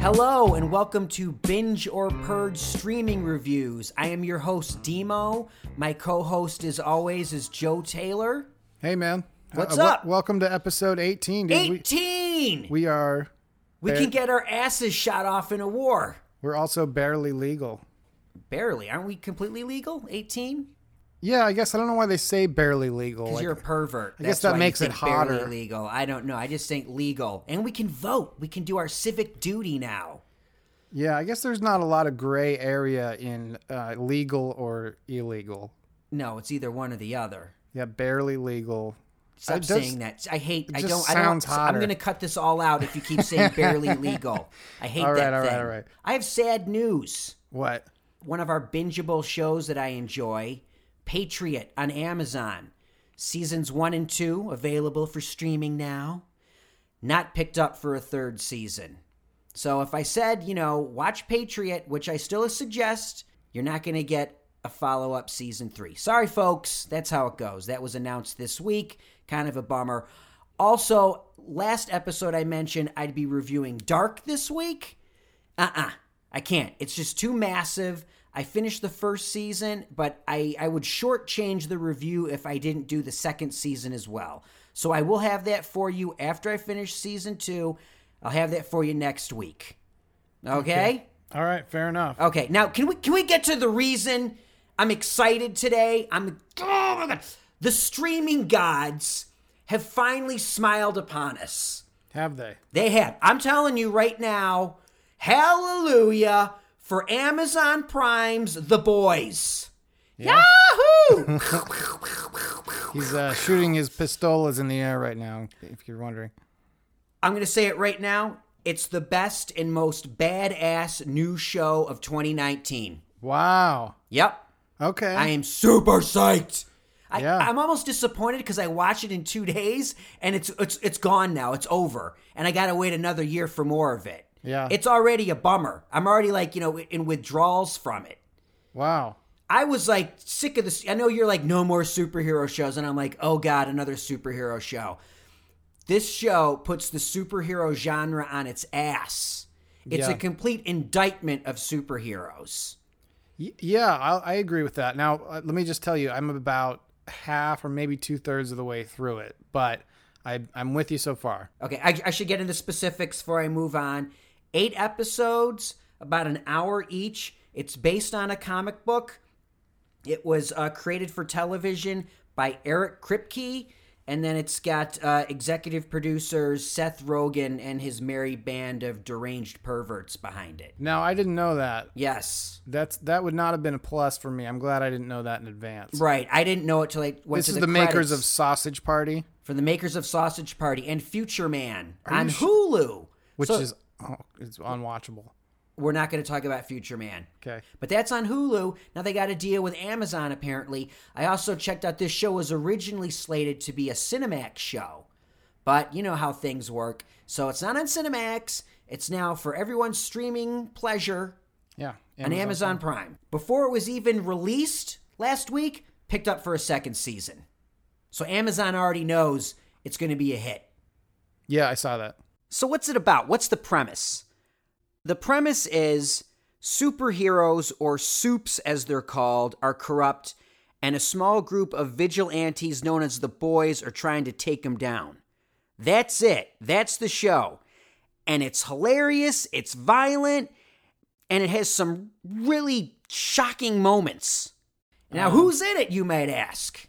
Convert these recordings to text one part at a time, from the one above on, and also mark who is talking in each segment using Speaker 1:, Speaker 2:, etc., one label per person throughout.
Speaker 1: Hello, and welcome to Binge or Purge Streaming Reviews. I am your host, Demo. My co host, as always, is Joe Taylor.
Speaker 2: Hey, man. Uh,
Speaker 1: What's
Speaker 2: wel-
Speaker 1: up?
Speaker 2: welcome to episode 18, dude. We,
Speaker 1: 18! We,
Speaker 2: we are,
Speaker 1: can get our asses shot off in a war.
Speaker 2: we're also barely legal.
Speaker 1: Barely. Aren't we completely legal? 18?
Speaker 2: Yeah, Oh, I guess I don't know why they say barely legal.
Speaker 1: Because
Speaker 2: Like,
Speaker 1: you're a pervert. I
Speaker 2: guess that makes it hotter.
Speaker 1: legal. I don't know. I just think legal. And we can vote. We can do our civic duty now.
Speaker 2: yeah, I guess there's not a lot of gray area in uh, legal or illegal.
Speaker 1: No, it's either one or the other.
Speaker 2: Yeah, barely legal.
Speaker 1: Stop
Speaker 2: does-
Speaker 1: saying that. I hate. I
Speaker 2: just
Speaker 1: don't. I don't.
Speaker 2: sounds
Speaker 1: I'm
Speaker 2: hotter.
Speaker 1: going to cut this all out if you keep saying barely legal. I hate
Speaker 2: All right,
Speaker 1: that
Speaker 2: all right,
Speaker 1: thing.
Speaker 2: all right.
Speaker 1: I have sad news.
Speaker 2: What?
Speaker 1: One of our bingeable shows that I enjoy, Patriot on Amazon, seasons one and two available for streaming now. Not picked up for a third season. So if I said, you know, watch Patriot, which I still suggest, you're not going to get a follow up season three. Sorry, folks. That's how it goes. That was announced this week. Kind of a bummer. Also, last episode I mentioned I'd be reviewing Dark this week. Uh uh I can't. It's just too massive. I finished the first season, but I, I would shortchange the review if I didn't do the second season as well. So I will have that for you after I finish season two. I'll have that for you next week. okay.
Speaker 2: All right, fair enough.
Speaker 1: Okay, now can we can we get to the reason I'm excited today? I'm oh my god, the streaming gods have finally smiled upon us.
Speaker 2: Have they?
Speaker 1: They have. I'm telling you right now, hallelujah for Amazon Prime's The Boys. Yahoo!
Speaker 2: He's uh, shooting his pistolas in the air right now, if you're wondering.
Speaker 1: I'm going to say it right now. It's the best and most badass new show of 2019.
Speaker 2: Wow.
Speaker 1: Yep.
Speaker 2: Okay.
Speaker 1: I am super psyched. I,
Speaker 2: Yeah.
Speaker 1: I'm almost disappointed because I watched it in two days and it's it's it's gone now. It's over, and I gotta wait another year for more of it.
Speaker 2: Yeah.
Speaker 1: it's already a bummer. I'm already like you know in withdrawals from it.
Speaker 2: wow.
Speaker 1: I was like sick of this. I know you're like no more superhero shows, and I'm like, oh god, another superhero show. This show puts the superhero genre on its ass. It's
Speaker 2: Yeah.
Speaker 1: a complete indictment of superheroes.
Speaker 2: Y- Yeah, I, I agree with that. Now, uh, let me just tell you, I'm about half or maybe two thirds of the way through it, but I, I'm with you so far.
Speaker 1: Okay, I, I should get into specifics before I move on. Eight episodes, about an hour each. It's based on a comic book. It was uh, created for television by Eric Kripke, and then it's got uh, executive producers Seth Rogen and his merry band of deranged perverts behind it.
Speaker 2: Now, I didn't know that.
Speaker 1: Yes,
Speaker 2: That's that would not have been a plus for me. I'm glad I didn't know that in advance.
Speaker 1: right. I didn't know it till I went
Speaker 2: This
Speaker 1: to
Speaker 2: is
Speaker 1: the,
Speaker 2: the, makers
Speaker 1: credits.
Speaker 2: of Sausage Party,
Speaker 1: for the makers of Sausage Party and Future Man on Hulu,
Speaker 2: which
Speaker 1: So
Speaker 2: is oh, it's unwatchable.
Speaker 1: we're not going to talk about Future Man.
Speaker 2: Okay.
Speaker 1: But that's on Hulu. Now they got a deal with Amazon, apparently. I also checked out this show was originally slated to be a Cinemax show. But you know how things work. So it's not on Cinemax. It's now for everyone's streaming pleasure
Speaker 2: Yeah.
Speaker 1: on Amazon Prime. Before it was even released last week, picked up for a second season. So Amazon already knows it's going to be a hit.
Speaker 2: Yeah, I saw that.
Speaker 1: So, what's it about? What's the premise? The premise is superheroes, or soups as they're called, are corrupt, and a small group of vigilantes known as the boys are trying to take them down. That's it. That's the show. And it's hilarious, it's violent, and it has some really shocking moments. Now, who's in it, you might ask?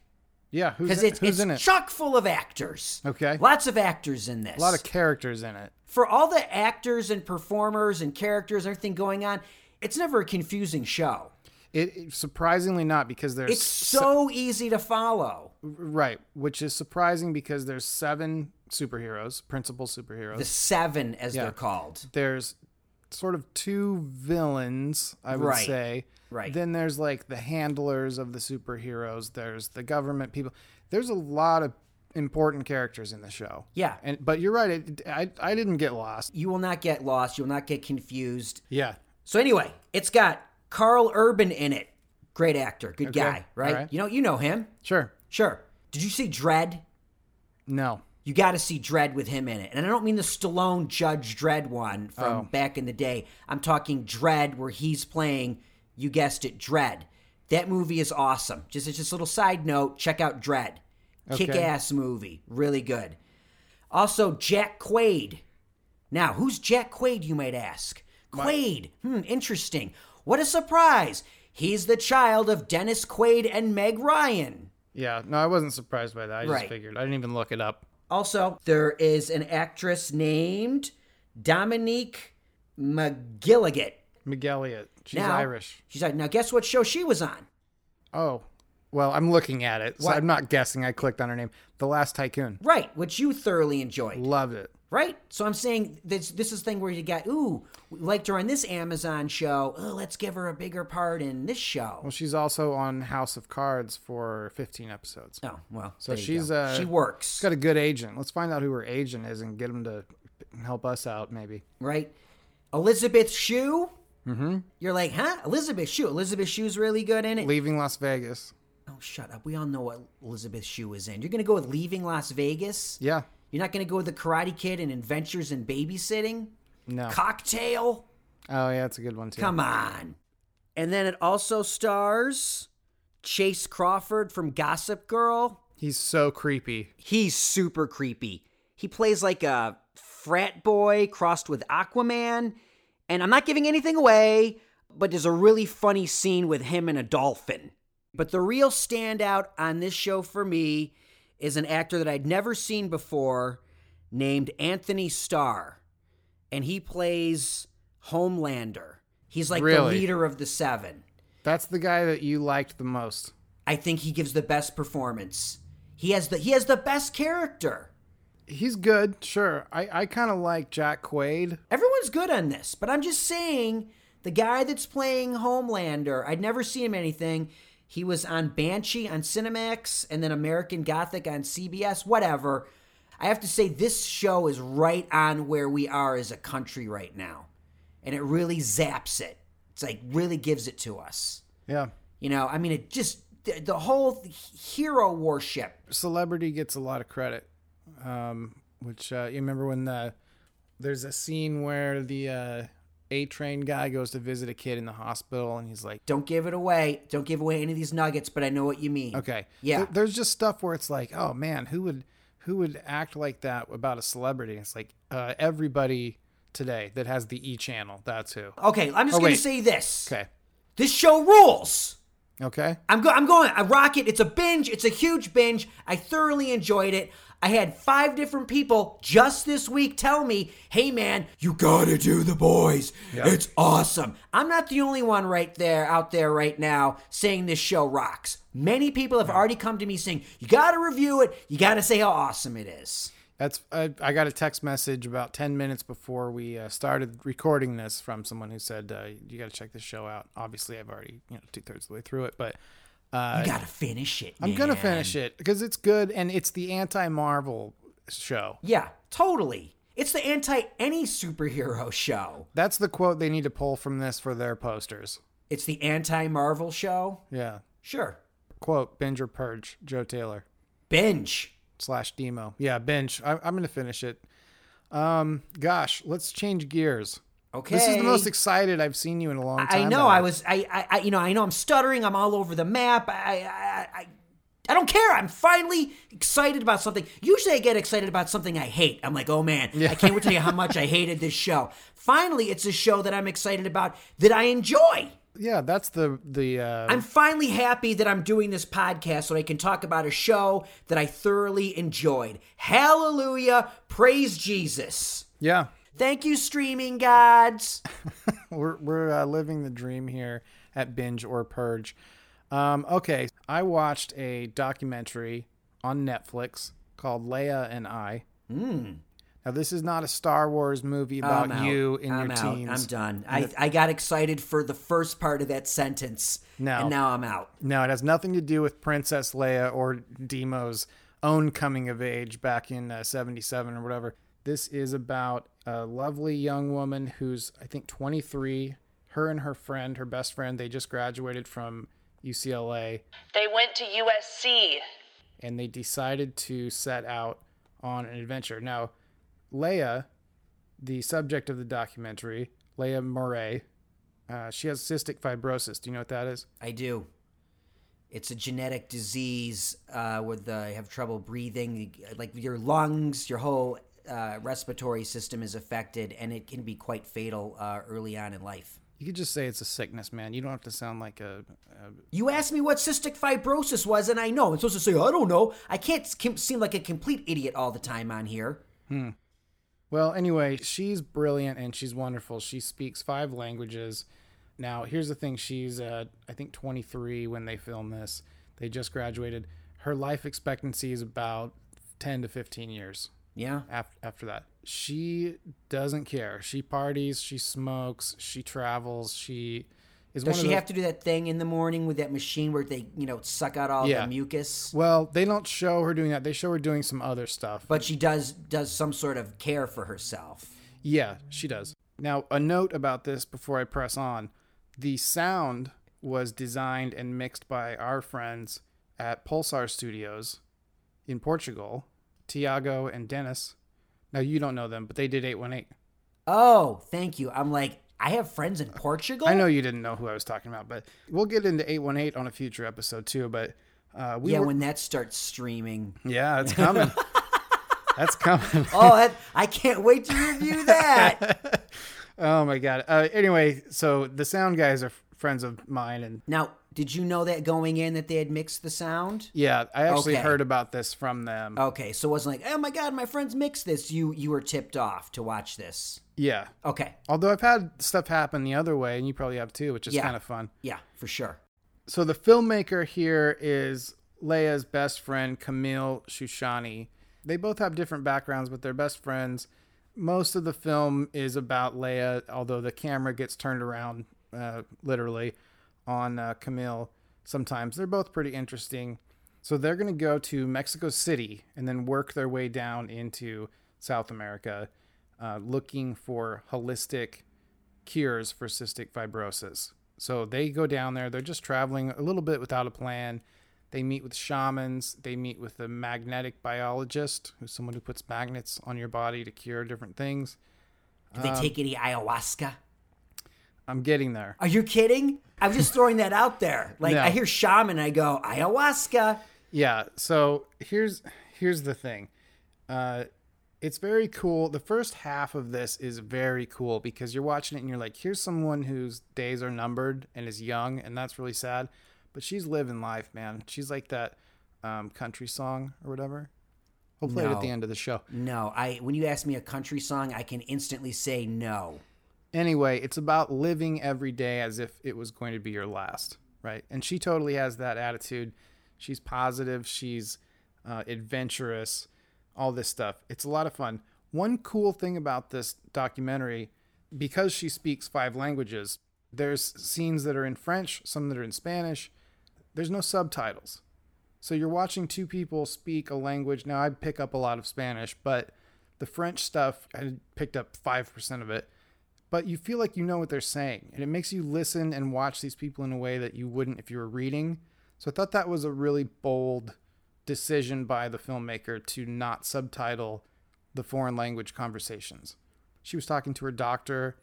Speaker 2: Yeah, Um, who's,
Speaker 1: Because it's,
Speaker 2: who's
Speaker 1: it's
Speaker 2: in it?
Speaker 1: chock full of actors.
Speaker 2: Okay.
Speaker 1: Lots of actors in this
Speaker 2: a lot of characters in it.
Speaker 1: for all the actors and performers and characters and everything going on, it's never a confusing show.
Speaker 2: It, it- surprisingly not because there's
Speaker 1: It's so easy to follow.
Speaker 2: Right, which is surprising because there's seven superheroes, principal superheroes.
Speaker 1: The seven, as
Speaker 2: Yeah.
Speaker 1: they're called.
Speaker 2: There's sort of two villains, I would
Speaker 1: Right,
Speaker 2: say.
Speaker 1: right.
Speaker 2: Then there's like the handlers of the superheroes. There's the government people. There's a lot of important characters in the show.
Speaker 1: Yeah.
Speaker 2: And but you're right. It, I I didn't get lost.
Speaker 1: You will not get lost. You will not get confused.
Speaker 2: Yeah.
Speaker 1: So anyway, it's got Carl Urban in it. Great actor, good guy, right?
Speaker 2: alright.
Speaker 1: You know, you know him.
Speaker 2: Sure.
Speaker 1: Sure. Did you see Dread?
Speaker 2: No.
Speaker 1: You got to see Dread with him in it, and I don't mean the Stallone Judge Dread one from back in the day. I'm talking Dread, where he's playing. You guessed it, Dread. That movie is awesome. Just it's just a little side note. Check out Dread. Kick ass movie, really good. Also, Jack Quaid. Now, who's Jack Quaid, you might ask? Quaid. Hmm, interesting. What a surprise. He's the child of Dennis Quaid and Meg Ryan.
Speaker 2: Yeah. No, I wasn't surprised by that. I just
Speaker 1: Right.
Speaker 2: figured. I didn't even look it up.
Speaker 1: Also, there is an actress named Dominique McGilligan.
Speaker 2: Miguel Elliott. She's
Speaker 1: Now-
Speaker 2: Irish.
Speaker 1: She's like, now guess what show she was on?
Speaker 2: Oh. Well, I'm looking at it. So I'm not guessing. I clicked on her name. The Last Tycoon.
Speaker 1: Right, which you thoroughly enjoyed,
Speaker 2: Loved it.
Speaker 1: right? So I'm saying this, this is the thing where you got, ooh, we liked her on this Amazon show. Oh, let's give her a bigger part in this show.
Speaker 2: Well, she's also on House of Cards for 15 episodes.
Speaker 1: Oh, well,
Speaker 2: So
Speaker 1: there you
Speaker 2: she's,
Speaker 1: go.
Speaker 2: uh,
Speaker 1: she works.
Speaker 2: She's got a good agent. Let's find out who her agent is and get him to help us out, maybe.
Speaker 1: right? Elizabeth Shue. Mm-hmm. You're like, huh? Elizabeth Shue. Elizabeth Shue's really good in it.
Speaker 2: Leaving Las Vegas.
Speaker 1: oh, shut up. We all know what Elizabeth Shue is in. You're gonna go with Leaving Las Vegas.
Speaker 2: Yeah.
Speaker 1: You're not gonna go with The Karate Kid and Adventures in Babysitting.
Speaker 2: No.
Speaker 1: Cocktail.
Speaker 2: Oh, yeah, that's a good one, too.
Speaker 1: Come on. And then it also stars Chase Crawford from Gossip Girl.
Speaker 2: He's so creepy.
Speaker 1: He's super creepy. He plays like a frat boy crossed with Aquaman. And I'm not giving anything away, but there's a really funny scene with him and a dolphin. But the real standout on this show for me is an actor that I'd never seen before named Anthony Starr. And he plays Homelander. He's like the
Speaker 2: Really?
Speaker 1: leader of the seven.
Speaker 2: That's the guy that you liked the most.
Speaker 1: I think he gives the best performance. He has the he has the best character.
Speaker 2: He's good, sure. I, I kind of like Jack Quaid.
Speaker 1: Everyone's good on this, but I'm just saying the guy that's playing Homelander, I'd never seen him in anything. He was on Banshee on Cinemax and then American Gothic on CBS, whatever. I have to say, this show is right on where we are as a country right now. And it really zaps it. It's like, really gives it to us.
Speaker 2: Yeah.
Speaker 1: You know, I mean, it just, the, the whole hero worship.
Speaker 2: Celebrity gets a lot of credit. Um, which uh, you remember when the there's a scene where the uh, A train guy goes to visit a kid in the hospital and he's like,
Speaker 1: Don't give it away. Don't give away any of these nuggets, but I know what you mean.
Speaker 2: okay,
Speaker 1: Yeah.
Speaker 2: There- there's just stuff where it's like, oh man, who would who would act like that about a celebrity? It's like uh, everybody today that has the E channel. That's who.
Speaker 1: Okay, I'm just going
Speaker 2: Oh, wait.
Speaker 1: to say this.
Speaker 2: Okay.
Speaker 1: This show rules.
Speaker 2: Okay.
Speaker 1: I'm go- I'm going. I rock it. It's a binge. It's a huge binge. I thoroughly enjoyed it. I had five different people just this week tell me, "Hey man, you gotta do the boys. It's awesome." I'm not the only one right there out there right now saying this show rocks. Many people have already come to me saying, "You gotta review it. You gotta say how awesome it is."
Speaker 2: That's I, I got a text message about ten minutes before we uh, started recording this from someone who said uh, you got to check this show out. Obviously, I've already you know two thirds of the way through it, but
Speaker 1: You gotta finish it.
Speaker 2: I'm gonna finish it because it's good and it's the anti Marvel show.
Speaker 1: Yeah, totally. It's the anti any superhero show.
Speaker 2: That's the quote they need to pull from this for their posters.
Speaker 1: It's the anti Marvel show.
Speaker 2: Yeah,
Speaker 1: Sure.
Speaker 2: quote binge or purge Joe Taylor
Speaker 1: Binge.
Speaker 2: slash Demo. Yeah, binge. I, I'm gonna finish it. Um, gosh, let's change gears.
Speaker 1: Okay.
Speaker 2: This is the most excited I've seen you in a long time.
Speaker 1: I know.
Speaker 2: Matt.
Speaker 1: I was. I, I. I. You know. I know. I'm stuttering. I'm all over the map. I. I. I I don't care. I'm finally excited about something. Usually, I get excited about something I hate. I'm like, oh man, I can't wait to tell you how much I hated this show. Finally, it's a show that I'm excited about that I enjoy.
Speaker 2: Yeah, that's the the. Uh,
Speaker 1: I'm finally happy that I'm doing this podcast so I can talk about a show that I thoroughly enjoyed. Hallelujah. Praise Jesus.
Speaker 2: yeah.
Speaker 1: Thank you, streaming gods.
Speaker 2: We're we're uh, living the dream here at binge or purge. Um, okay, I watched a documentary on Netflix called Leia and I. Now this is not a Star Wars movie about
Speaker 1: Hmm. I'm out.
Speaker 2: you in
Speaker 1: I'm
Speaker 2: your
Speaker 1: out.
Speaker 2: teens.
Speaker 1: I'm done. I, I got excited for the first part of that sentence.
Speaker 2: No.
Speaker 1: And now I'm out.
Speaker 2: No, it has nothing to do with Princess Leia or Demo's own coming of age back in uh, 77 or whatever. This is about a lovely young woman who's, I think, 23. her and her friend, her best friend, they just graduated from UCLA
Speaker 3: They went to USC.
Speaker 2: and they decided to set out on an adventure. Now, Leia, the subject of the documentary, Leia Moray, uh, she has cystic fibrosis. Do you know what that is?
Speaker 1: I do. It's a genetic disease uh, where the, you have trouble breathing, like your lungs, your whole uh, respiratory system is affected, and it can be quite fatal uh, early on in life.
Speaker 2: You could just say it's a sickness, man. You don't have to sound like a. a
Speaker 1: You asked me what cystic fibrosis was, and I know. I'm supposed to say, I don't know. I can't s- com- seem like a complete idiot all the time on here.
Speaker 2: well, anyway, she's brilliant and she's wonderful. She speaks five languages. Now, here's the thing: she's, uh, I think, 23 when they film this. They just graduated. Her life expectancy is about 10 to 15 years.
Speaker 1: Yeah.
Speaker 2: after, after that. She doesn't care. She parties, she smokes, she travels, she is
Speaker 1: Does
Speaker 2: one
Speaker 1: she
Speaker 2: of the,
Speaker 1: have to do that thing in the morning with that machine where they, you know, suck out all
Speaker 2: Yeah.
Speaker 1: the mucus?
Speaker 2: Well, they don't show her doing that. They show her doing some other stuff.
Speaker 1: But she does does some sort of care for herself.
Speaker 2: yeah, she does. Now, a note about this before I press on. The sound was designed and mixed by our friends at Pulsar Studios in Portugal, Tiago and Dennis. Now, you don't know them, but they did 818.
Speaker 1: Oh, thank you. I'm like, I have friends in Portugal.
Speaker 2: I know you didn't know who I was talking about, but we'll get into 818 on a future episode too. But uh, we
Speaker 1: yeah,
Speaker 2: were-
Speaker 1: when that starts streaming.
Speaker 2: yeah, it's coming. That's coming.
Speaker 1: Oh, that, I can't wait to review that.
Speaker 2: Oh my god. Uh, anyway, so the sound guys are f- friends of mine, and
Speaker 1: now, did you know that going in that they had mixed the sound?
Speaker 2: yeah, I actually
Speaker 1: Okay.
Speaker 2: heard about this from them.
Speaker 1: Okay, so it wasn't like, oh my god, my friends mixed this. You you were tipped off to watch this.
Speaker 2: Yeah.
Speaker 1: Okay,
Speaker 2: Although I've had stuff happen the other way, and you probably have too, which is
Speaker 1: Yeah.
Speaker 2: kind of fun.
Speaker 1: yeah, for sure.
Speaker 2: So the filmmaker here is Leia's best friend, Camille Shushani. They both have different backgrounds, but they're best friends. Most of the film is about Leia, although the camera gets turned around uh, literally on uh, Camille sometimes. They're both pretty interesting. So they're going to go to Mexico City and then work their way down into South America uh, looking for holistic cures for cystic fibrosis. So they go down there. They're just traveling a little bit without a plan. They meet with shamans. They meet with a magnetic biologist, who's someone who puts magnets on your body to cure different things.
Speaker 1: Did
Speaker 2: Um,
Speaker 1: they take any ayahuasca?
Speaker 2: I'm getting there.
Speaker 1: Are you kidding? I'm just throwing that out there. Like
Speaker 2: No.
Speaker 1: I hear shaman, I go ayahuasca.
Speaker 2: Yeah. So here's here's the thing. Uh, it's very cool. The first half of this is very cool because you're watching it and you're like, here's someone whose days are numbered and is young, and that's really sad. But she's living life, man. She's like that um, country song or whatever. We'll play it at the
Speaker 1: No.
Speaker 2: end of the show.
Speaker 1: No, I when you ask me a country song, I can instantly say no.
Speaker 2: Anyway, it's about living every day as if it was going to be your last, right? And she totally has that attitude. She's positive, she's uh, adventurous, all this stuff. It's a lot of fun. One cool thing about this documentary, because she speaks five languages, there's scenes that are in French, some that are in Spanish. There's no subtitles. So you're watching two people speak a language. Now I pick up a lot of Spanish, but the French stuff, I picked up 5% of it but you feel like you know what they're saying and it makes you listen and watch these people in a way that you wouldn't if you were reading so i thought that was a really bold decision by the filmmaker to not subtitle the foreign language conversations she was talking to her doctor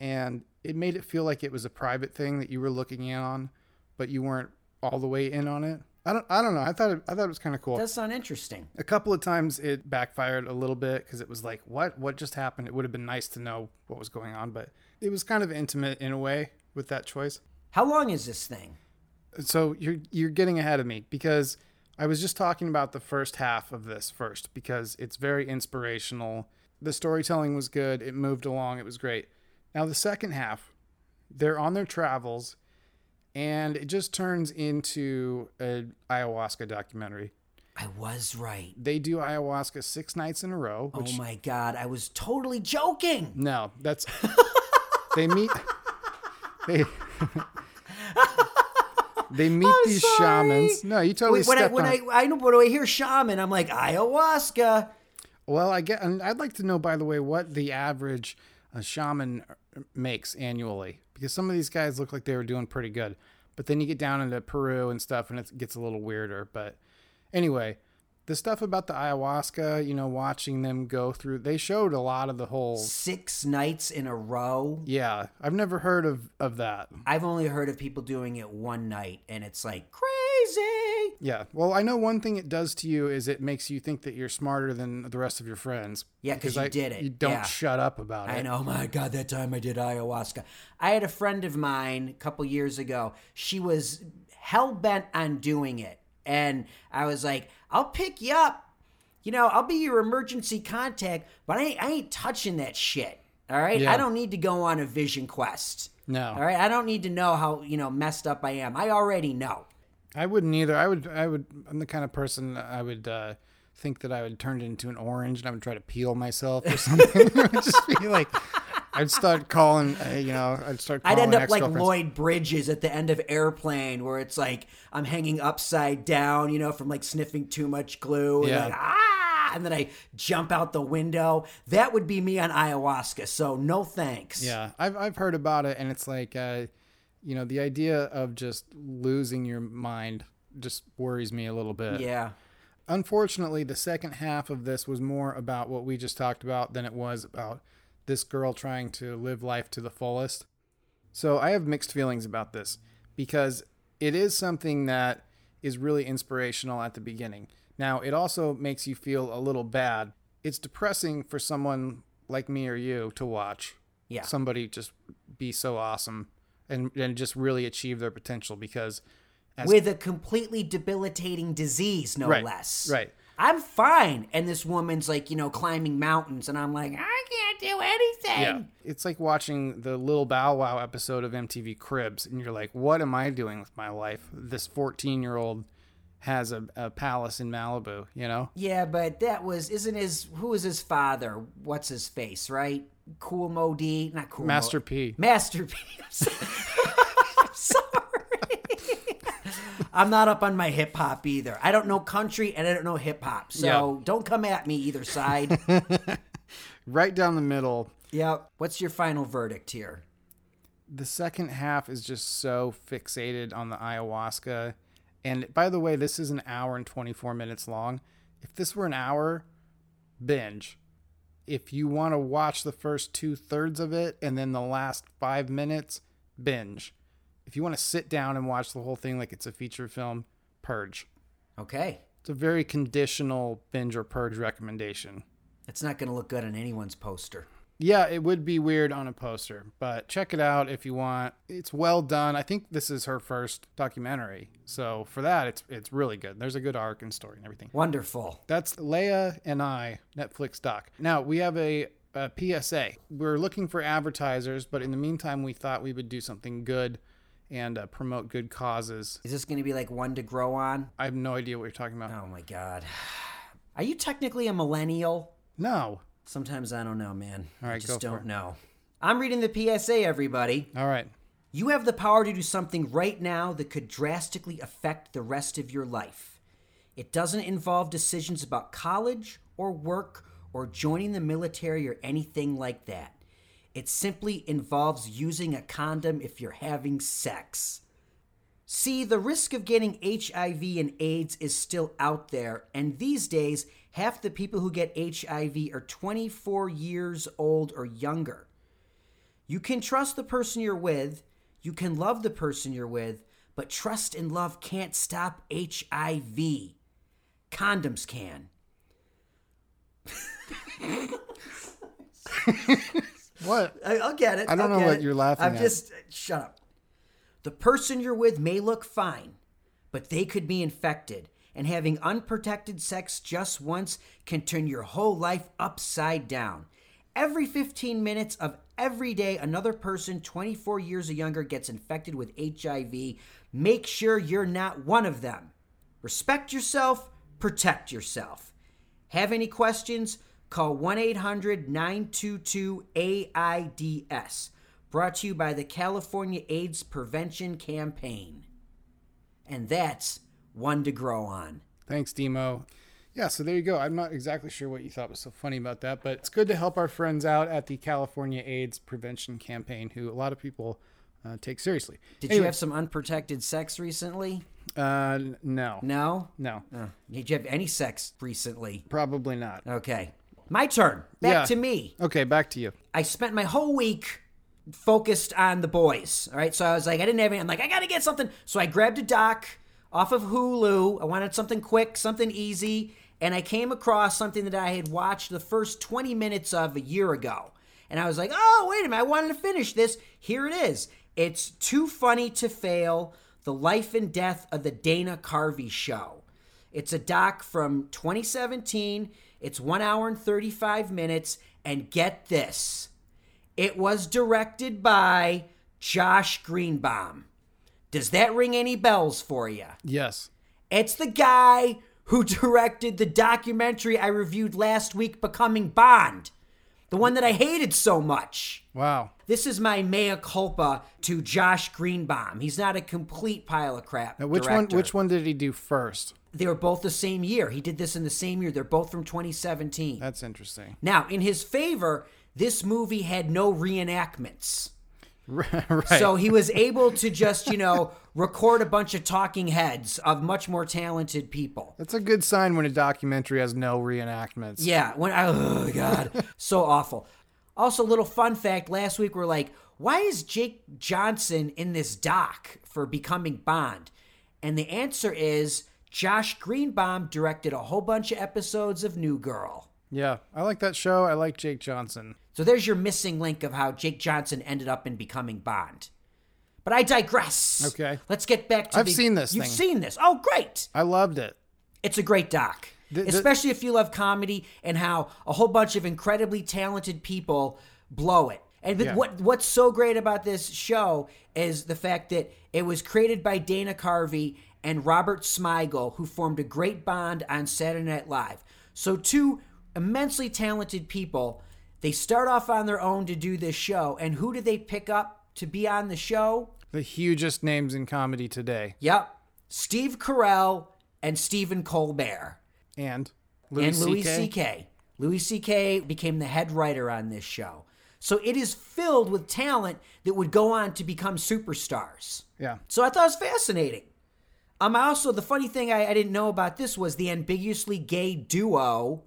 Speaker 2: and it made it feel like it was a private thing that you were looking in on but you weren't all the way in on it i don't i don't know i thought it, i thought it was kind of cool
Speaker 1: Does sound interesting.
Speaker 2: a couple of times it backfired a little bit because it was like, what? What just happened? It would have been nice to know what was going on, but it was kind of intimate in a way with that choice.
Speaker 1: How long is this thing?
Speaker 2: So you're you're getting ahead of me because I was just talking about the first half of this first because it's very inspirational. The storytelling was good. It moved along. It was great. Now the second half, they're on their travels, and it just turns into a ayahuasca documentary.
Speaker 1: I was right.
Speaker 2: They do ayahuasca six nights in a row, which
Speaker 1: Oh my god, I was totally joking.
Speaker 2: No, that's they meet they they meet these
Speaker 1: sorry.
Speaker 2: shamans. No, you totally
Speaker 1: Wait, when I
Speaker 2: stepped
Speaker 1: when
Speaker 2: on.
Speaker 1: I I know but when I hear shaman, I'm like ayahuasca.
Speaker 2: Well, I get, and I'd like to know by the way what the average a shaman uh, makes annually because some of these guys look like they were doing pretty good. But then you get down into Peru and stuff and it gets a little weirder. But anyway, the stuff about the ayahuasca, you know, watching them go through, they showed a lot of the whole.
Speaker 1: Six nights in a row.
Speaker 2: Yeah, I've never heard of, of that.
Speaker 1: I've only heard of people doing it one night, and it's like crazy.
Speaker 2: Yeah. Well, I know one thing it does to you is it makes you think that you're smarter than the rest of your friends.
Speaker 1: Yeah, 'cause you
Speaker 2: I-
Speaker 1: did it.
Speaker 2: You don't
Speaker 1: Yeah.
Speaker 2: shut up about
Speaker 1: I
Speaker 2: it.
Speaker 1: know, oh my God, that time I did ayahuasca. I had a friend of mine a couple years ago. She was hell bent on doing it. And I was like, I'll pick you up. You know, I'll be your emergency contact, but I ain't, I ain't touching that shit. All right.
Speaker 2: Yeah.
Speaker 1: I don't need to go on a vision quest.
Speaker 2: No.
Speaker 1: All right. I don't need to know how, you know, messed up I am. I already know.
Speaker 2: I wouldn't either. I would. I would. I'm the kind of person I would uh, think that I would turn into an orange and I would try to peel myself or something. I would just be like, I'd start calling. Uh, you know, I'd start.
Speaker 1: I'd end
Speaker 2: Calling
Speaker 1: up like
Speaker 2: ex-girlfriends.
Speaker 1: Lloyd Bridges at the end of Airplane, where it's like I'm hanging upside down, you know, from like sniffing too much glue, and
Speaker 2: Yeah.
Speaker 1: like ah, and then I jump out the window. That would be me on ayahuasca. So no thanks.
Speaker 2: Yeah, I've I've heard about it, and it's like, uh, you know, the idea of just losing your mind just worries me a little bit.
Speaker 1: yeah,
Speaker 2: unfortunately, the second half of this was more about what we just talked about than it was about this girl trying to live life to the fullest. So I have mixed feelings about this because it is something that is really inspirational at the beginning. Now, it also makes you feel a little bad. It's depressing for someone like me or you to watch
Speaker 1: Yeah.
Speaker 2: somebody just be so awesome and, and just really achieve their potential because as
Speaker 1: with a completely debilitating disease, no
Speaker 2: Right,
Speaker 1: less.
Speaker 2: right.
Speaker 1: I'm fine, and this woman's like, you know, climbing mountains, and I'm like, I can't do anything.
Speaker 2: Yeah. It's like watching the Little Bow Wow episode of MTV Cribs, and you're like, what am I doing with my life? This 14 year old has a, a palace in Malibu, you know?
Speaker 1: Yeah, but that was isn't his who is his father? What's his face? Right? Cool Modi, not Cool Mo-
Speaker 2: Master P.
Speaker 1: Master P. I'm so- I'm sorry. I'm not up on my hip hop either. I don't know country and I don't know hip hop, so don't come at me either side.
Speaker 2: Right down the middle.
Speaker 1: yeah. What's your final verdict here?
Speaker 2: The second half is just so fixated on the ayahuasca. And by the way, this is an hour and 24 minutes long. If this were an hour, binge. If you want to watch the first two thirds of it and then the last five minutes, binge. If you want to sit down and watch the whole thing like it's a feature film, purge.
Speaker 1: Okay,
Speaker 2: It's a very conditional binge or purge recommendation.
Speaker 1: that's not going to look good on anyone's poster.
Speaker 2: Yeah, it would be weird on a poster, but check it out if you want. It's well done. I think this is her first documentary. So for that, it's it's really good. There's a good arc and story and everything.
Speaker 1: Wonderful.
Speaker 2: That's Leia and I, Netflix doc. Now, we have a, a PSA. We're looking for advertisers, but in the meantime, we thought we would do something good and uh, promote good causes.
Speaker 1: Is this going to be like one to grow on?
Speaker 2: I have no idea what you're talking about.
Speaker 1: Oh my god. Are you technically a millennial?
Speaker 2: No.
Speaker 1: Sometimes I don't know, man.
Speaker 2: All
Speaker 1: I
Speaker 2: right,
Speaker 1: just
Speaker 2: go for
Speaker 1: don't
Speaker 2: it.
Speaker 1: know. I'm reading the PSA, everybody.
Speaker 2: All right.
Speaker 1: You have the power to do something right now that could drastically affect the rest of your life. It doesn't involve decisions about college or work or joining the military or anything like that. It simply involves using a condom if you're having sex. See, the risk of getting HIV and AIDS is still out there, and these days, half the people who get HIV are 24 years old or younger. You can trust the person you're with, you can love the person you're with, but trust and love can't stop HIV. Condoms can.
Speaker 2: What?
Speaker 1: I, I'll get it.
Speaker 2: I don't
Speaker 1: I'll
Speaker 2: know
Speaker 1: get
Speaker 2: what
Speaker 1: it.
Speaker 2: you're laughing
Speaker 1: I'm
Speaker 2: at.
Speaker 1: just shut up. The person you're with may look fine, but they could be infected, and having unprotected sex just once can turn your whole life upside down. Every 15 minutes of every day, another person 24 years or younger gets infected with HIV. Make sure you're not one of them. Respect yourself, protect yourself. Have any questions? Call 1 800 922 AIDS. Brought to you by the California AIDS Prevention Campaign. And that's one to grow on.
Speaker 2: Thanks, Demo. Yeah, so there you go. I'm not exactly sure what you thought was so funny about that, but it's good to help our friends out at the California AIDS Prevention Campaign, who a lot of people uh, take seriously.
Speaker 1: Did you have some unprotected sex recently?
Speaker 2: Uh, n- no,
Speaker 1: No?
Speaker 2: no,
Speaker 1: Uh, did you have any sex recently?
Speaker 2: probably not.
Speaker 1: Okay. My turn. Back
Speaker 2: Yeah.
Speaker 1: to me.
Speaker 2: Okay, back to you.
Speaker 1: I spent my whole week focused on the boys. All right. So I was like, I didn't have any. I'm like, I got to get something. So I grabbed a doc off of Hulu. I wanted something quick, something easy. And I came across something that I had watched the first 20 minutes of a year ago. And I was like, oh, wait a minute. I wanted to finish this. Here it is. It's Too Funny to Fail The Life and Death of the Dana Carvey Show. It's a doc from 2017. It's one hour and 35 minutes. And get this it was directed by Josh Greenbaum. Does that ring any bells for you?
Speaker 2: Yes.
Speaker 1: It's the guy who directed the documentary I reviewed last week, Becoming Bond, the one that I hated so much.
Speaker 2: Wow.
Speaker 1: This is my mea culpa to Josh Greenbaum. He's not a complete pile of crap.
Speaker 2: Now, which one?
Speaker 1: director
Speaker 2: Which one did he do first?
Speaker 1: they were both the same year. He did this in the same year. They're both from 2017.
Speaker 2: That's interesting.
Speaker 1: now, in his favor, this movie had no reenactments.
Speaker 2: right.
Speaker 1: So he was able to just, you know, record a bunch of talking heads of much more talented people.
Speaker 2: That's a good sign when a documentary has no reenactments.
Speaker 1: Yeah, when I oh god, so awful. Also, little fun fact: last week we're like, why is Jake Johnson in this doc for becoming Bond? And the answer is Josh Greenbaum directed a whole bunch of episodes of New Girl.
Speaker 2: Yeah. I like that show. I like Jake Johnson.
Speaker 1: So there's your missing link of how Jake Johnson ended up in becoming Bond. But I digress.
Speaker 2: Okay.
Speaker 1: Let's get back to
Speaker 2: I've
Speaker 1: the-
Speaker 2: seen this
Speaker 1: You've
Speaker 2: thing.
Speaker 1: seen this. Oh, great.
Speaker 2: I loved it.
Speaker 1: It's a great doc,
Speaker 2: the-
Speaker 1: especially if you love comedy and how a whole bunch of incredibly talented people blow it. And but
Speaker 2: Yeah.
Speaker 1: what what's so great about this show is the fact that it was created by Dana Carvey and Robert Smigel, who formed a great bond on Saturday Night Live. So two immensely talented people, they start off on their own to do this show, and who do they pick up to be on the show?
Speaker 2: The hugest names in comedy today,
Speaker 1: Yep, Steve Carell and Stephen Colbert.
Speaker 2: and Louis
Speaker 1: and Louis
Speaker 2: C.K.
Speaker 1: C.K. Louis C.K. became the head writer on this show. So it is filled with talent that would go on to become superstars.
Speaker 2: Yeah.
Speaker 1: So I thought it was fascinating. Um, I also, the funny thing I, I didn't know about this was the ambiguously gay duo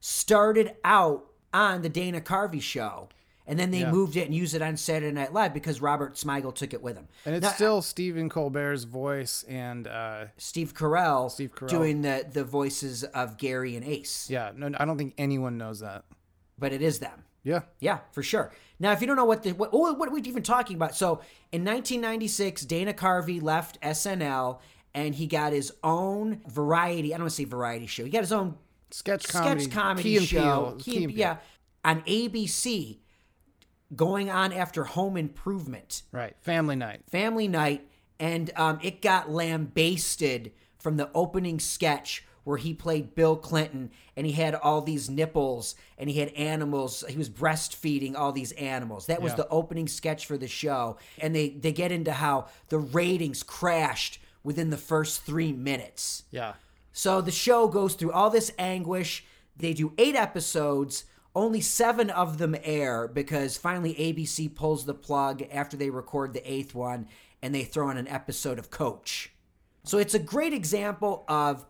Speaker 1: started out on the Dana Carvey show, and then they moved it and used it on Saturday Night Live because Robert Smigel took it with him.
Speaker 2: And it's
Speaker 1: Now,
Speaker 2: still Stephen Colbert's voice, and uh,
Speaker 1: Steve Carell,
Speaker 2: Steve Carell.
Speaker 1: doing the, the voices of Gary and Ace,
Speaker 2: yeah, no, I don't think anyone knows that.
Speaker 1: but it is them.
Speaker 2: Yeah,
Speaker 1: Yeah, for sure. Now, if you don't know what the what oh, what are we even talking about? So, in 1996, Dana Carvey left SNL and he got his own variety. I don't want to say variety show. He got his own
Speaker 2: sketch comedy,
Speaker 1: sketch comedy
Speaker 2: Key and
Speaker 1: show.
Speaker 2: Peele,
Speaker 1: Key
Speaker 2: Key
Speaker 1: and-
Speaker 2: and Peele.
Speaker 1: yeah, on ABC, going on after Home Improvement,
Speaker 2: right. Family night.
Speaker 1: Family Night, and um, it got lambasted from the opening sketch. Where he played Bill Clinton and he had all these nipples and he had animals. He was breastfeeding all these animals. That was
Speaker 2: Yeah.
Speaker 1: the opening sketch for the show. And they, they get into how the ratings crashed within the first three minutes.
Speaker 2: Yeah,
Speaker 1: So the show goes through all this anguish. They do eight episodes. Only seven of them air because finally ABC pulls the plug after they record the eighth one and they throw in an episode of Coach. So it's a great example of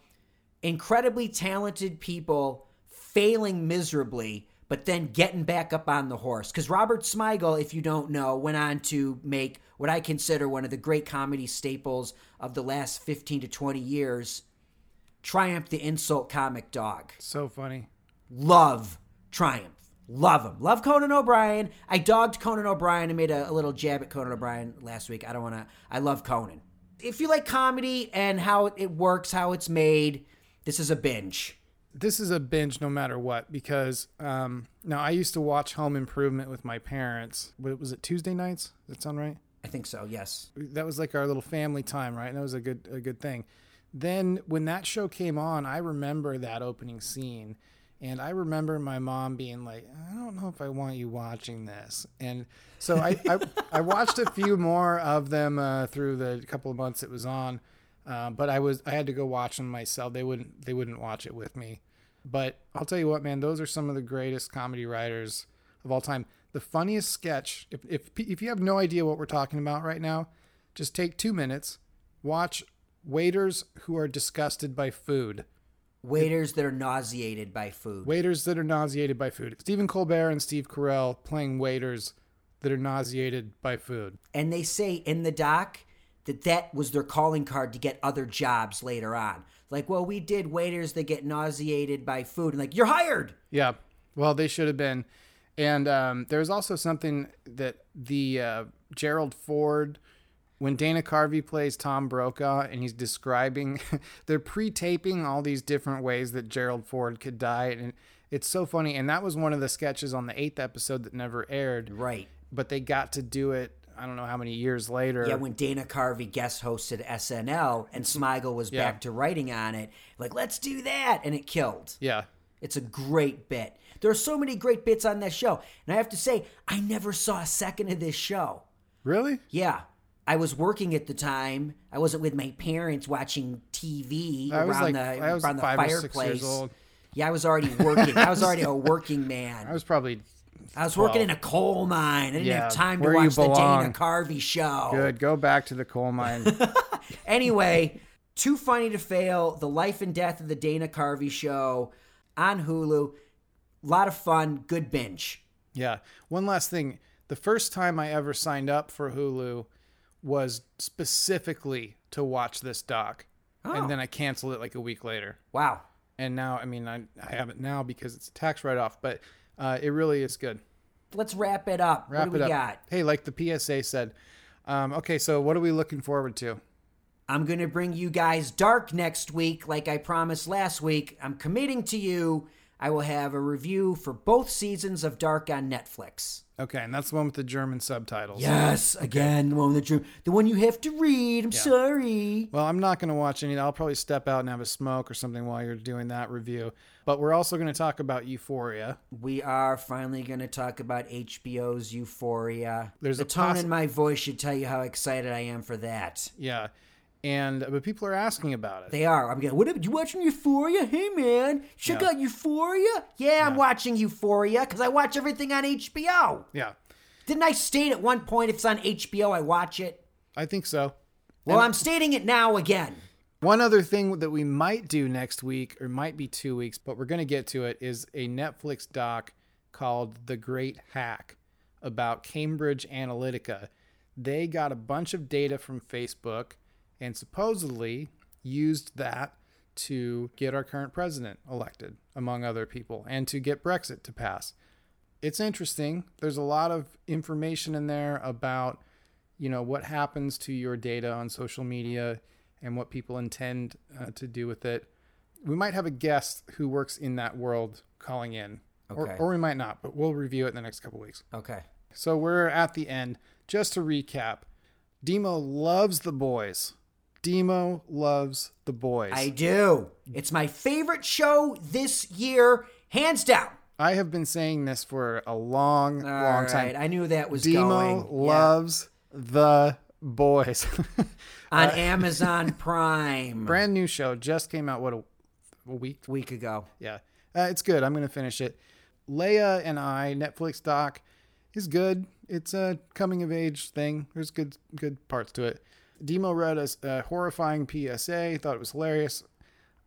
Speaker 1: incredibly talented people failing miserably, but then getting back up on the horse. Because Robert Smigel, if you don't know, went on to make what I consider one of the great comedy staples of the last 15 to 20 years Triumph the Insult Comic Dog.
Speaker 2: so funny.
Speaker 1: Love Triumph. Love him. Love Conan O'Brien. I dogged Conan O'Brien and made a, a little jab at Conan O'Brien last week. I don't want to. I love Conan. If you like comedy and how it works, how it's made, this is a binge.
Speaker 2: This is a binge no matter what because um, now I used to watch Home Improvement with my parents. What was it Tuesday nights? Does that sound right?
Speaker 1: I think so, yes.
Speaker 2: that was like our little family time, right? And that was a good a good thing. Then when that show came on, I remember that opening scene, and I remember my mom being like, "I don't know if I want you watching this." And so I I, I watched a few more of them uh, through the couple of months it was on, Uh, but I was I had to go watch them myself. They wouldn't they wouldn't watch it with me. But I'll tell you what, man, those are some of the greatest comedy writers of all time. The funniest sketch. If if if you have no idea what we're talking about right now, just take two minutes, watch waiters who are disgusted by food,
Speaker 1: Waiters that are nauseated by food.
Speaker 2: waiters that are nauseated by food. Stephen Colbert and Steve Carell playing waiters that are nauseated by food.
Speaker 1: And they say in the doc that that was their calling card to get other jobs later on. Like, well, we did waiters that get nauseated by food. And like, you're hired.
Speaker 2: Yeah. Well, they should have been. And um, there's also something that the uh, Gerald Ford, when Dana Carvey plays Tom Brokaw and he's describing, they're pre taping all these different ways that Gerald Ford could die. And it's so funny. And that was one of the sketches on the eighth episode that never aired,
Speaker 1: Right.
Speaker 2: but they got to do it. I don't know how many years later.
Speaker 1: Yeah, when Dana Carvey guest hosted SNL and Smigel was
Speaker 2: Mm-hmm. Yeah.
Speaker 1: back to writing on it, like, let's do that. And it killed.
Speaker 2: yeah.
Speaker 1: It's a great bit. There are so many great bits on this show. And I have to say, I never saw a second of this show.
Speaker 2: Really?
Speaker 1: Yeah. I was working at the time. I wasn't with my parents watching TV
Speaker 2: I was
Speaker 1: around
Speaker 2: like,
Speaker 1: the
Speaker 2: I was
Speaker 1: around the
Speaker 2: five or
Speaker 1: fireplace.
Speaker 2: six years old.
Speaker 1: Yeah, I was already working. I was already a working man.
Speaker 2: I was probably
Speaker 1: working in a coal mine. I didn't
Speaker 2: Yeah,
Speaker 1: have time to
Speaker 2: where you
Speaker 1: watch the Dana
Speaker 2: belong.
Speaker 1: Carvey show.
Speaker 2: good. Go back to the coal mine.
Speaker 1: Anyway, Too Funny to Fail, The Life and Death of the Dana Carvey Show on Hulu. A lot of fun, good binge.
Speaker 2: Yeah. One last thing. The first time I ever signed up for Hulu was specifically to watch this doc.
Speaker 1: Oh.
Speaker 2: And then I canceled it like a week later.
Speaker 1: Wow.
Speaker 2: And now, I mean, I, I have it now because it's a tax write off, but uh, it really is good.
Speaker 1: Let's wrap it up.
Speaker 2: Wrap
Speaker 1: what do
Speaker 2: it
Speaker 1: we
Speaker 2: up.
Speaker 1: got?
Speaker 2: Hey, like the PSA said. Um, okay, so what are we looking forward to?
Speaker 1: I'm going to bring you guys dark next week, like I promised last week. I'm committing to you. I will have a review for both seasons of Dark on Netflix.
Speaker 2: Okay, and that's the one with the German subtitles.
Speaker 1: Yes, again, the one that you, the one you have to read. I'm sorry.
Speaker 2: Well, I'm not going to watch any. I'll probably step out and have a smoke or something while you're doing that review. But we're also going to talk about Euphoria.
Speaker 1: We are finally going to talk about HBO's Euphoria.
Speaker 2: There's
Speaker 1: the
Speaker 2: a
Speaker 1: tone
Speaker 2: possi-
Speaker 1: in my voice should tell you how excited I am for that.
Speaker 2: Yeah. And but people are asking about it.
Speaker 1: They are. I'm going. What up? You watching Euphoria? Hey man, check
Speaker 2: Yeah.
Speaker 1: out Euphoria. Yeah, I'm watching Euphoria because I watch everything on HBO.
Speaker 2: yeah.
Speaker 1: Didn't I state at one point if it's on HBO, I watch it?
Speaker 2: I think so.
Speaker 1: Well, I'm stating it now again.
Speaker 2: One other thing that we might do next week, or might be two weeks, but we're going to get to it, is a Netflix doc called The Great Hack about Cambridge Analytica. They got a bunch of data from Facebook and supposedly used that to get our current president elected, among other people, and to get Brexit to pass. It's interesting. There's a lot of information in there about you know what happens to your data on social media and what people intend uh, to do with it we might have a guest who works in that world calling in
Speaker 1: Okay.
Speaker 2: or, or we might not but we'll review it in the next couple weeks
Speaker 1: Okay.
Speaker 2: so we're at the end just to recap demo loves the boys demo loves the boys
Speaker 1: I do. It's my favorite show this year, hands down.
Speaker 2: I have been saying this for a long
Speaker 1: All
Speaker 2: long
Speaker 1: right,
Speaker 2: time
Speaker 1: I knew that was
Speaker 2: demo
Speaker 1: going. Yeah.
Speaker 2: loves the boys
Speaker 1: on Amazon Prime
Speaker 2: brand new show just came out what a, a week
Speaker 1: week ago.
Speaker 2: Yeah, uh, it's good. I'm gonna finish it. Leia and I Netflix doc is good. It's a coming of age thing. There's good good parts to it. Demo read a, a horrifying PSA. Thought it was hilarious.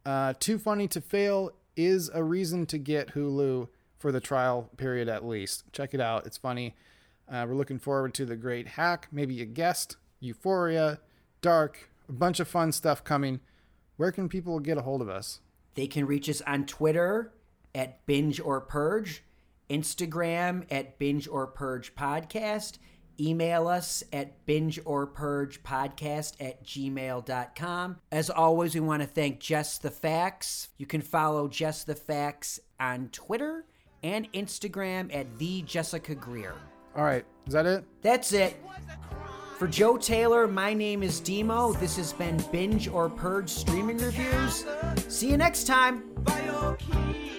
Speaker 2: Uh, Too funny to fail is a reason to get Hulu for the trial period at least. Check it out. It's funny. Uh, we're looking forward to the great hack. Maybe a guest. Euphoria, Dark, a bunch of fun stuff coming. Where can people get a hold of us?
Speaker 1: They can reach us on Twitter at Binge or Purge, Instagram at Binge or Purge Podcast, email us at Binge or Purge Podcast at gmail.com. As always, we want to thank Just the Facts. You can follow Just the Facts on Twitter and Instagram at the Jessica Greer.
Speaker 2: All right, is that it?
Speaker 1: That's it. For Joe Taylor, my name is Demo. This has been Binge or Purge Streaming Reviews. See you next time.
Speaker 4: by your key.